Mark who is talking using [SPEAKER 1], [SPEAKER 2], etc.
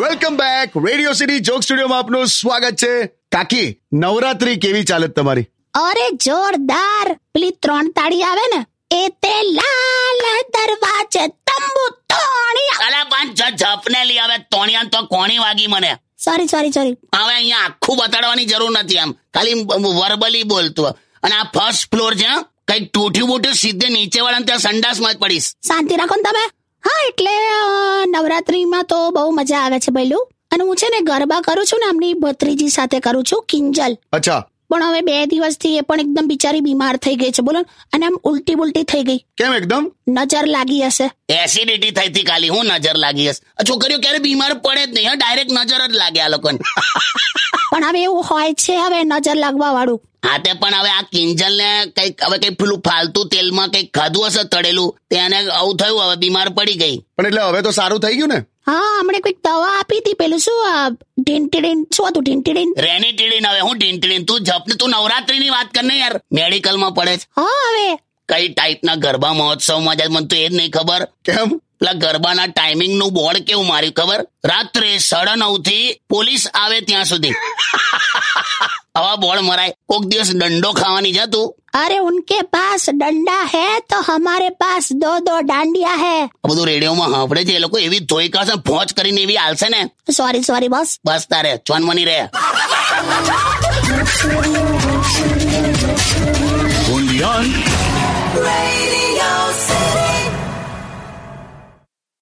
[SPEAKER 1] Welcome back Radio City joke સ્ટુડિયોમાં આપનું સ્વાગત છે કાકી નવરાત્રી કેવી ચાલે છે તમારી
[SPEAKER 2] અરે જોરદાર પેલી ત્રણ તાળી આવે ને એ તે લાલ દરવાજે તંબુ તોણિયા
[SPEAKER 3] અલા પણ જ જપને લઈ આવે તોણિયા તો કોણી વાગી મને
[SPEAKER 2] સોરી સોરી સોરી
[SPEAKER 3] હવે અહીંયા આખું બતાડવાની જરૂર નથી આમ ખાલી વર્બલી બોલતો અને આ ફર્સ્ટ ફ્લોર છે હં? કંઈક તૂટ્યું બૂટ્યું સીધે નીચે વાળા ત્યાં સંડાસમાં જ પડીશ
[SPEAKER 2] શાંતિ રાખો ને તમે હા એટલે અ, નવરાત્રીમાં તો બહુ મજા આવે છે પહેલું અને હું છે ને ગરબા કરું છું ને આમની ભત્રીજી સાથે કરું છું કિંજલ
[SPEAKER 1] અચ્છા
[SPEAKER 2] પણ હવે બે દિવસથી એ પણ એકદમ બિચારી બીમાર થઈ ગઈ છે બોલો ને. અને આમ ઉલટી ઉલટી થઈ ગઈ
[SPEAKER 1] કેમ એકદમ
[SPEAKER 2] નજર લાગી હશે
[SPEAKER 3] એસિડિટી થઈ હતી ખાલી હું નજર લાગી હશે આ છોકરીઓ ક્યારે બીમાર પડે જ નહીં ડાયરેક્ટ નજર જ લાગે આ લોકોને
[SPEAKER 2] પણ હવે એવું હોય છે હવે નજર લાગવા વાળું
[SPEAKER 3] હા તે પણ હવે આ કિંજલને કંઈક હવે કંઈક પેલું ફાલતુ તેલમાં કંઈક ખાધું હશે તળેલું તેને આવું થયું હવે બીમાર પડી ગઈ
[SPEAKER 1] પણ એટલે હવે તો સારું થઈ ગયું ને
[SPEAKER 2] હા હમણે કોઈક દવા આપી હતી પેલું શું આ ઢીંટીડીન શું હતું ઢીંટીડીન
[SPEAKER 3] રેની ટીડી હવે હું ટીન તું જપને તું નવરાત્રીની વાત કર ને યાર મેડિકલમાં પડે છે
[SPEAKER 2] હા હવે
[SPEAKER 3] કઈ ટાઈપના ગરબા મહોત્સવમાં જાય મને તો એ જ નહીં ખબર
[SPEAKER 1] કેમ
[SPEAKER 3] પેલા ગરબાના ટાઈમિંગ નું બોર્ડ કેવું માર્યું ખબર રાત્રે સાડા નવ થી પોલીસ આવે ત્યાં સુધી આવા બોર્ડ મરાય કોક દિવસ દંડો ખાવાની જતું
[SPEAKER 2] अरे उनके पास डंडा है तो हमारे पास दो दो डांडिया है
[SPEAKER 3] આ બધું રેડિયોમાં સાંભળે છે એ લોકો એવી ધોઈ કાશે ભોંચ કરીને એવી આલશે ને
[SPEAKER 2] सॉरी सॉरी बॉस
[SPEAKER 3] બસ તારે ચોનમની રહે
[SPEAKER 4] Radio City.